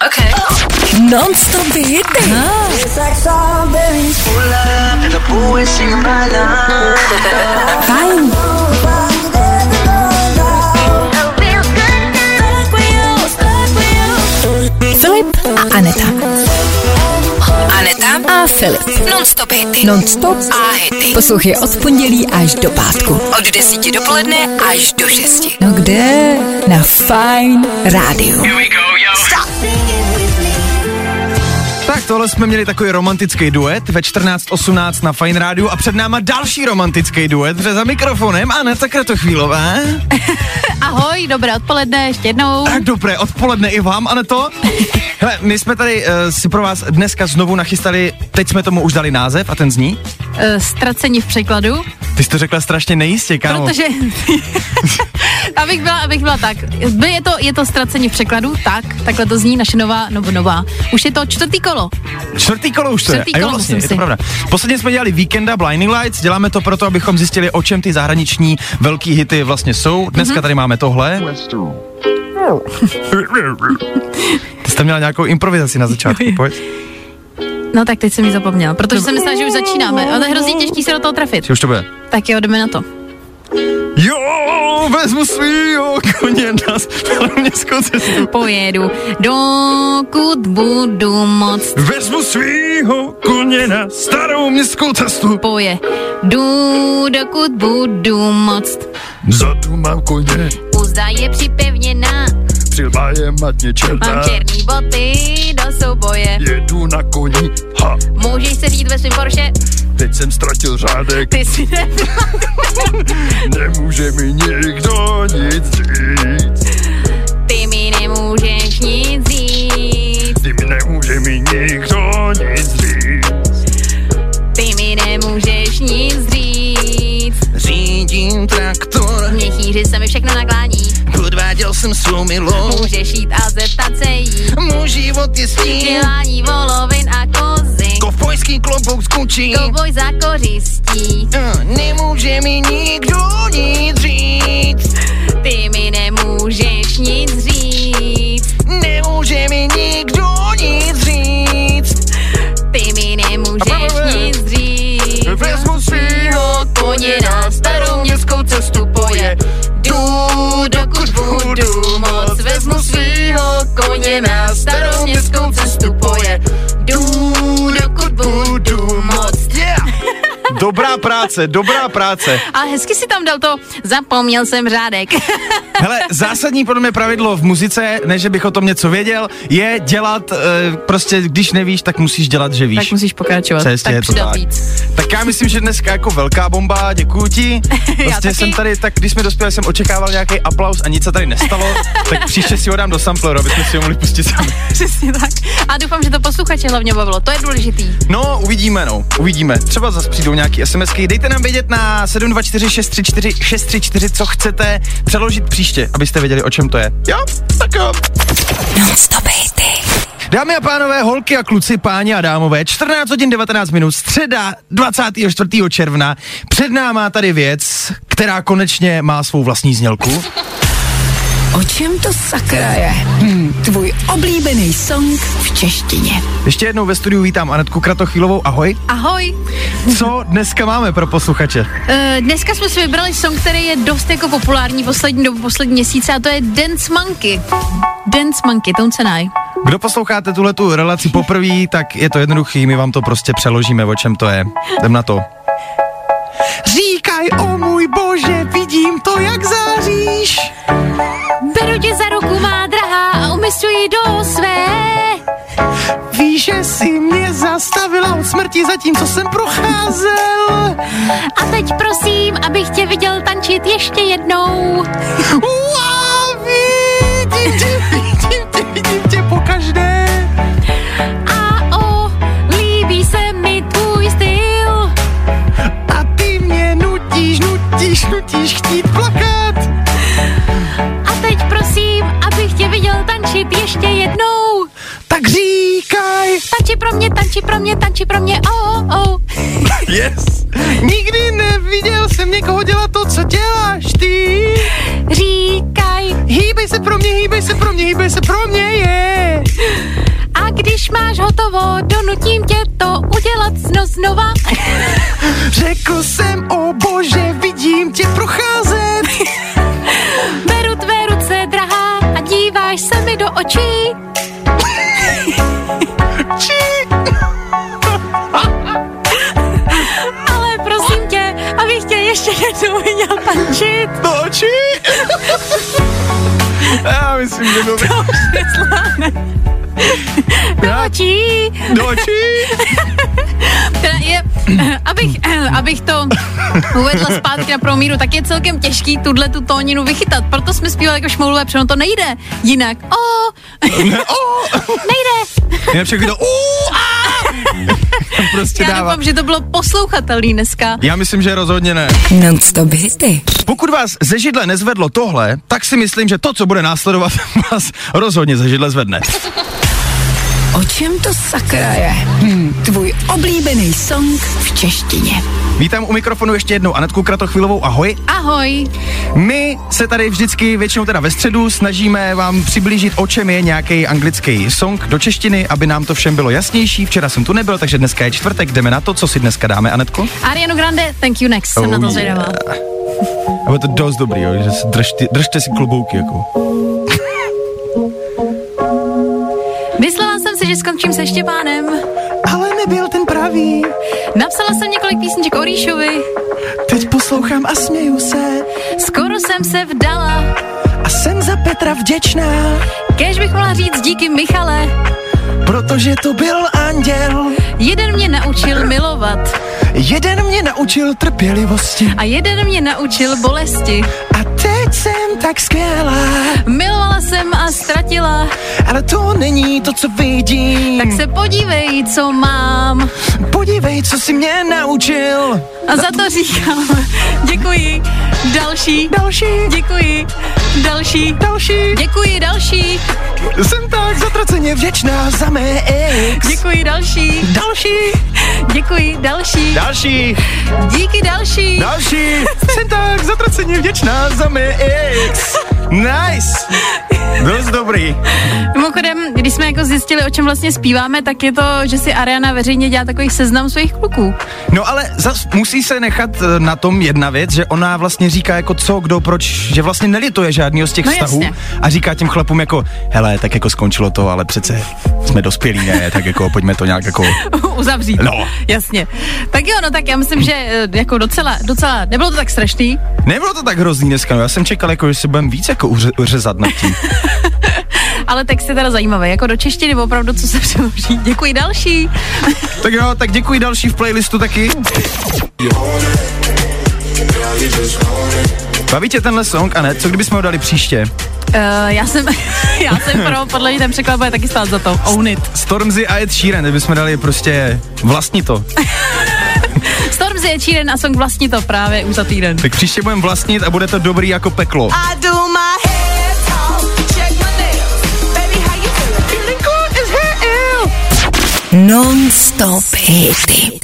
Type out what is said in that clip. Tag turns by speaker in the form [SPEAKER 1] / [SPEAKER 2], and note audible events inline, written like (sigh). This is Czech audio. [SPEAKER 1] Okay.
[SPEAKER 2] Non-stop de hity.
[SPEAKER 3] The boys singing my love.
[SPEAKER 2] Fajn. Filip a Aneta.
[SPEAKER 1] Aneta
[SPEAKER 2] A Filip.
[SPEAKER 1] Non-stop hity.
[SPEAKER 2] Non-stop
[SPEAKER 1] A hity.
[SPEAKER 2] Poslouchej od pondělí až do pátku.
[SPEAKER 1] Od 10 dopoledne až do 6.
[SPEAKER 2] No kde? Na Fajn rádiu.
[SPEAKER 4] Tak tohle jsme měli takový romantický duet ve 14.18 na Fine Rádiu a před náma další romantický duet, protože za mikrofonem Aneta Kratochvílová.
[SPEAKER 5] Ahoj, dobré odpoledne, ještě jednou.
[SPEAKER 4] Tak dobré odpoledne i vám, Aneto. Hele, my jsme tady uh, si pro vás dneska znovu nachystali, teď jsme tomu už dali název a ten zní.
[SPEAKER 5] E, Ztracení v překladu,
[SPEAKER 4] Ty jsi to řekla strašně nejistě, kámo.
[SPEAKER 5] protože... (laughs) abych, byla, abych byla tak. By- Je to, je to ztracení v překladu, tak, takhle to zní naše nová, nebo nová. Už je to čtvrtý kolo.
[SPEAKER 4] Čtvrtý kolo už to
[SPEAKER 5] Čtvrtý
[SPEAKER 4] je. A jo,
[SPEAKER 5] kolo,
[SPEAKER 4] vlastně, je
[SPEAKER 5] myslím
[SPEAKER 4] to
[SPEAKER 5] si.
[SPEAKER 4] pravda. Posledně jsme dělali víkenda Blinding Lights, děláme to proto, abychom zjistili, o čem ty zahraniční velký hity vlastně jsou. Dneska
[SPEAKER 5] Mhm.
[SPEAKER 4] tady máme tohle. Ty jste měla nějakou improvizaci na začátku, pojď.
[SPEAKER 5] No tak teď jsem ji zapomněla, protože jsem myslela, že už začínáme. Ale to je hrozně těžký se do toho trefit.
[SPEAKER 4] Že už to bude.
[SPEAKER 5] Tak jo, jdeme na to.
[SPEAKER 4] Jo, vezmu svýho koně na městskou cestu.
[SPEAKER 5] Pojedu, dokud budu moc
[SPEAKER 4] Vezmu svýho koně na starou městskou cestu.
[SPEAKER 5] pojedu, dokud budu moc.
[SPEAKER 6] Vzadu mám koně,
[SPEAKER 5] Úzda je připevněná,
[SPEAKER 6] přilba je matně černá.
[SPEAKER 5] mám černý boty do souboje.
[SPEAKER 6] Jedu na koni, ha,
[SPEAKER 5] Můžeš se řídit ve svém Porsche,
[SPEAKER 6] teď jsem ztratil řádek,
[SPEAKER 5] ty si ne...
[SPEAKER 6] nemůže mi nikdo nic říct.
[SPEAKER 5] Ty mi nemůžeš nic říct,
[SPEAKER 6] Ty mi nemůže mi nikdo nic říct.
[SPEAKER 5] ty mi nemůžeš nic říct.
[SPEAKER 3] Řídím traktor,
[SPEAKER 5] Mě chýři se mi všechno naklání,
[SPEAKER 3] podváděl jsem svou milou.
[SPEAKER 5] můžeš jít a zeptat se jí.
[SPEAKER 3] Můj život je stín,
[SPEAKER 5] Dělání volovin a kozy,
[SPEAKER 3] kovbojský klobouk z kučí.
[SPEAKER 5] kovboj za kořistí.
[SPEAKER 3] Eh, Nemůže mi nikdo nic říct,
[SPEAKER 5] Ty mi nemůžeš nic říct,
[SPEAKER 3] nemůže mi nikdo nic říct.
[SPEAKER 5] ty mi nemůžeš nic říct.
[SPEAKER 6] Vezmu svýho koně na starou městskou cestu poje.
[SPEAKER 5] Jdu, dokud budu moc, vezmu svýho koně na starou městskou cestu pojedu, dokud budu moc.
[SPEAKER 4] Yeah. Dobrá práce, dobrá práce.
[SPEAKER 5] A hezky si tam dal to, zapomněl jsem řádek.
[SPEAKER 4] Hele, zásadní podle mě pravidlo v muzice, ne že bych o tom něco věděl, je dělat, e, prostě když nevíš, tak musíš dělat, že víš.
[SPEAKER 5] tak musíš pokračovat,
[SPEAKER 4] Přesně, je
[SPEAKER 5] tak
[SPEAKER 4] to tak.
[SPEAKER 5] přidat víc.
[SPEAKER 4] Tak já myslím, že dneska jako velká bomba, děkuji
[SPEAKER 5] (laughs)
[SPEAKER 4] ti. Vlastně
[SPEAKER 5] taky.
[SPEAKER 4] jsem tady, tak když jsme dospěli, jsem očekával nějaký aplaus a nic se tady nestalo, tak příště si ho dám do sampleru, abychom si ho mohli pustit sami.
[SPEAKER 5] Přesně tak. A doufám, že to posluchače hlavně bavilo, to je důležitý.
[SPEAKER 4] No, uvidíme, no, uvidíme. Třeba zase přijdou nějaký SMSky. Dejte nám vědět na 724634634, co chcete přeložit příště, abyste věděli, o čem to je. Jo, tak jo.
[SPEAKER 2] Non-stop hity.
[SPEAKER 4] Dámy a pánové, holky a kluci, páni a dámové, 14 hodin 19 minut, středa 24. června. Před náma tady věc, která konečně má svou vlastní znělku.
[SPEAKER 2] O čem to sakra je? Hm, tvůj oblíbený song v češtině.
[SPEAKER 4] Ještě jednou ve studiu vítám Anetku Kratochvílovou, ahoj.
[SPEAKER 5] Ahoj,
[SPEAKER 4] Co dneska máme pro posluchače?
[SPEAKER 5] Eh, dneska jsme si vybrali song, který je dost jako populární poslední dobu, poslední měsíce a to je Dance Monkey. Dance Monkey, tomu se naj.
[SPEAKER 4] Kdo posloucháte tuhle tu relaci poprvé, tak je to jednoduchý, my vám to prostě přeložíme, o čem to je. Jdem na to. Říkaj, o můj bože, vidím to, jak záříš.
[SPEAKER 5] Beru tě za ruku, má drahá, a umistuji do své.
[SPEAKER 4] Víš, že jsi mě zastavila od smrti, zatímco jsem procházel.
[SPEAKER 5] A teď prosím, abych tě viděl tančit ještě jednou.
[SPEAKER 4] Uá, vidím tě, vidím tě, vidím tě po každé.
[SPEAKER 5] A o, líbí se mi tvůj styl.
[SPEAKER 4] A ty mě nutíš, nutíš, nutíš chtít plakat.
[SPEAKER 5] A teď prosím, abych tě viděl tančit ještě jednou.
[SPEAKER 4] Tak říkaj,
[SPEAKER 5] Tanči pro mě, tanči pro mě, tanči pro mě, oh, oh, oh.
[SPEAKER 4] yes. Nikdy neviděl jsem někoho dělat to, co děláš ty.
[SPEAKER 5] Říkaj,
[SPEAKER 4] Hýbej se pro mě, hýbej se pro mě, hýbej se pro mě, je.
[SPEAKER 5] hotovo, donutím tě to udělat sno znova.
[SPEAKER 4] Řekl jsem, o bože, vidím tě procházet.
[SPEAKER 5] Beru tvé ruce, drahá, a díváš se mi do očí. Ale prosím tě, abych tě ještě jednou viděl pančit.
[SPEAKER 4] Do očí.
[SPEAKER 5] (laughs)
[SPEAKER 4] Já myslím, že byl... (laughs)
[SPEAKER 5] Do očí.
[SPEAKER 4] Do očí.
[SPEAKER 5] Teda je, (clears throat) abych, abych to uvedla zpátky na promíru, tak je celkem těžký tuhle tu tóninu vychytat. Proto jsme zpívali jako šmoulové, protože ono to nejde jinak. O, nejde.
[SPEAKER 4] Já všechno to... "Ú, a!" Tam prostě
[SPEAKER 5] Já
[SPEAKER 4] dává.
[SPEAKER 5] doufám, že to bylo poslouchatelný dneska.
[SPEAKER 4] Já myslím, že rozhodně ne.
[SPEAKER 2] Non-stop hity.
[SPEAKER 4] Pokud vás ze židle nezvedlo tohle, tak si myslím, že to, co bude následovat, (laughs) vás rozhodně ze židle zvedne.
[SPEAKER 2] O čem to sakra je? Hm, tvůj oblíbený song v češtině.
[SPEAKER 4] Vítám u mikrofonu ještě jednou Anetku Kratochvilovou, ahoj.
[SPEAKER 5] Ahoj.
[SPEAKER 4] My se tady vždycky, většinou teda ve středu, snažíme vám přiblížit, o čem je nějaký anglický song do češtiny, aby nám to všem bylo jasnější. Včera jsem tu nebyl, takže dneska je čtvrtek, jdeme na to, co si dneska dáme, Anetko.
[SPEAKER 5] Ariano Grande, thank you next. Jsem
[SPEAKER 4] Oh
[SPEAKER 5] na to
[SPEAKER 4] yeah.
[SPEAKER 5] zvědavá.
[SPEAKER 4] A bude to dost dobrý, jo, že si držte, držte si klobouky, jako.
[SPEAKER 5] Myslela jsem si, že skončím se Štěpánem.
[SPEAKER 4] Ale nebyl ten pravý,
[SPEAKER 5] Napsala jsem několik písniček o Ríšovi.
[SPEAKER 4] teď poslouchám a směju se.
[SPEAKER 5] Skoro jsem se vdala.
[SPEAKER 4] A jsem za Petra vděčná,
[SPEAKER 5] Kež bych mohla říct díky Michale.
[SPEAKER 4] protože to byl anděl.
[SPEAKER 5] Jeden mě naučil milovat
[SPEAKER 4] Jeden mě naučil trpělivosti
[SPEAKER 5] a jeden mě naučil bolesti.
[SPEAKER 4] a teď jsem tak skvělá.
[SPEAKER 5] Milovala jsem a ztratila,
[SPEAKER 4] Ale to není to, co vidím.
[SPEAKER 5] tak se podívej, co mám.
[SPEAKER 4] podívej, co jsi mě naučil.
[SPEAKER 5] A za to říkám, (laughs) děkuji, další,
[SPEAKER 4] Další,
[SPEAKER 5] děkuji, další,
[SPEAKER 4] další.
[SPEAKER 5] děkuji, další,
[SPEAKER 4] Jsem tak zatraceně vděčná za mé ex.
[SPEAKER 5] děkuji, další,
[SPEAKER 4] Další,
[SPEAKER 5] děkuji, další,
[SPEAKER 4] další,
[SPEAKER 5] díky, další.
[SPEAKER 4] další. Jsem tak zatraceně vděčná za mé ex. Nice. Dost dobrý.
[SPEAKER 5] Mimochodem, když jsme jako zjistili, o čem vlastně zpíváme, tak je to, že si Ariana veřejně dělá takový seznam svých kluků. (laughs)
[SPEAKER 4] No ale zas musí se nechat eh, na tom jedna věc, že ona vlastně říká jako co, kdo, proč, že vlastně nelituje žádného z těch
[SPEAKER 5] No
[SPEAKER 4] vztahů
[SPEAKER 5] jasně.
[SPEAKER 4] a říká těm chlapům jako, hele, tak jako skončilo to, ale přece jsme dospělí, ne, tak jako pojďme to nějak jako...
[SPEAKER 5] uzavřít.
[SPEAKER 4] No.
[SPEAKER 5] Jasně. Tak jo, no tak já myslím, že eh, jako docela, docela, nebylo to tak strašný.
[SPEAKER 4] Nebylo to tak hrozný dneska, no, já jsem čekal jako, že si budeme víc jako uře- uřezat nad tím.
[SPEAKER 5] Ale text je teda zajímavý, jako do češtiny opravdu, co se (laughs) přeloží. Děkuji další.
[SPEAKER 4] tak jo, tak děkuji další v playlistu taky. Baví tě tenhle song, a ne? Co kdybychom ho dali příště?
[SPEAKER 5] Uh, já jsem, (laughs) já jsem pro, podle mě ten překlad bude taky stát za to. Own it.
[SPEAKER 4] Stormzy a Ed Sheeran, kdybychom dali prostě vlastní to.
[SPEAKER 5] Stormzy je Sheeran a song vlastní to právě už za týden.
[SPEAKER 4] Tak příště budeme vlastnit a bude to dobrý jako peklo.
[SPEAKER 6] I do my hair talk, check my nails. Baby, how you feeling? Feeling good as hell.
[SPEAKER 2] Non-stop hity.